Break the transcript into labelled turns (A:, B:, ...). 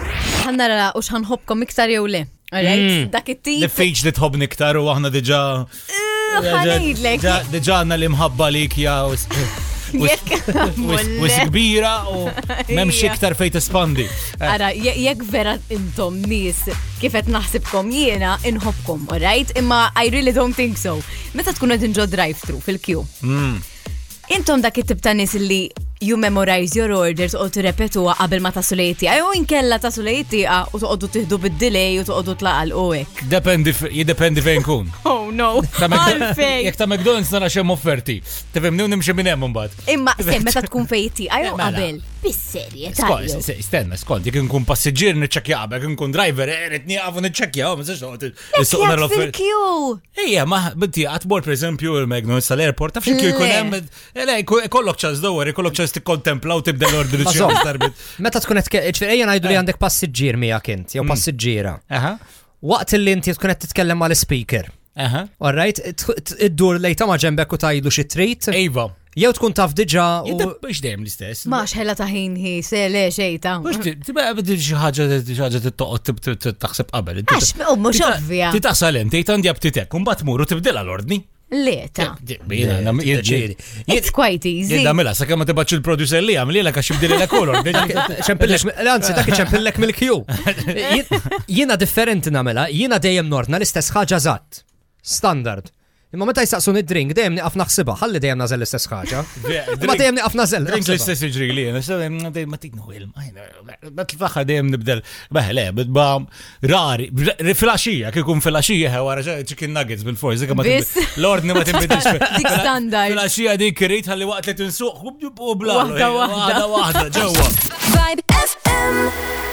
A: ħannara u xħanħobkom iktar jew le. Alright, dak it-tip.
B: Nifiġ li tħob niktar u aħna diġa.
A: Ħanejdlek.
B: diġa- Diġa għanna li mħabba li kja u s- u s- u s- u s- kbira u memx
A: Ija.
B: iktar fejt espandi. Eh,
A: Ara, je- jekk vera intom nis kifet naħsibkom jiena inħobkom, alright? Imma I really don't think so. Meta tkun qed inġo drive-thru fil-queue.
B: Mm.
A: Intom dak it-tip ta' nis li you memorize your orders u tirrepetuha qabel ma taslu lejtieqa jew inkella taslu lejtieqa u toqgħodu tieħdu bid-delay u toqgħodu tlaqal u hekk.
B: Dependi, f- jidependi fejn kun.
A: Oh no.
B: Ta' Mc-
A: Għalfejn.
B: Jek ta' McDonald's nara xem offerti. Tifimni u nimxie minn hemm mbagħad.
A: Imma sem meta tkun fejtieqa jew
B: Mela.
A: qabel. Bis-serje tajju.
B: Istenna, skont, jek nkun passiġġier niċċekkja qabel, jek nkun driver, erit nieqaf u niċċekkja, ma sax noqgħod issuqna
A: Jekk
B: l-offerti.
A: fil-queue.
B: Ejja, ma binti għatbor per eżempju il-Magnus tal-airport, taf xikju jkun
A: Le.
B: hemm. eh, Le, jku- kollok ċans dowar, kollok ċans tikkontempla u tibda l-ordini xi ħaġa darbit.
C: Meta tkun qed ċfir ejja
B: Eh.
C: ngħidu li għandek passiġġier miegħek int
B: Mm.
C: jew passiġġiera.
B: Aha,
C: Waqt li inti tkun qed titkellem mal-speaker.
B: aha.
C: Alright, tħu- t- iddur lejta ma ġembek u tajdu xi trid,
B: Ejva,
C: jew tkun taf diġà u
B: jidda biex dejjem l-istess.
A: Ma xħela ta' ħin hi, se le xejta.
B: Mux tibqa bidi xi ħaġa xi ħaġa tittoqgħod tib- tib- tib- taħseb qabel.
A: Għax, u mux ovvja.
B: Titaqsal hemm, tgħid għandi abtitek, u mbagħad mur u tibdilha l-ordni.
A: Leta.
B: Jiena, nam- jien-
C: Ġiri.
A: It's quite easy.
B: Jidda mela, sa' kemm ma tibaċ il-producer li għamli l-għax jibdil l-kolor.
C: ċempillek, l-anzi, dak ċempillek mill-kju. Jien- Jiena differenti namela, jiena dejjem nortna l-istess ħaġa zatt. Standard. Imma meta jistaqsun id-drink, dejjem niqaf naħsibha, ħalli dejjem nażel l-istess ħaġa. Ma dejjem niqaf nażel.
B: Drink
C: naħsibha.
B: l-istess iġri li jena, mm, ma tiknu il ma t-faxħa dejjem nibdel, beħ le, bam, rari, filaxija, kikun filaxija, għara chicken nuggets bil-forz, dik ma
A: Biss.
B: timbidilx, l-ordni ma timbidilx.
A: Dik standard.
B: Filaxija dik kirrit, għalli waqt li t-insuq, u bla,
A: Waħda, waħda.
B: wahda, wahda, ġewa.
D: Vibe FM.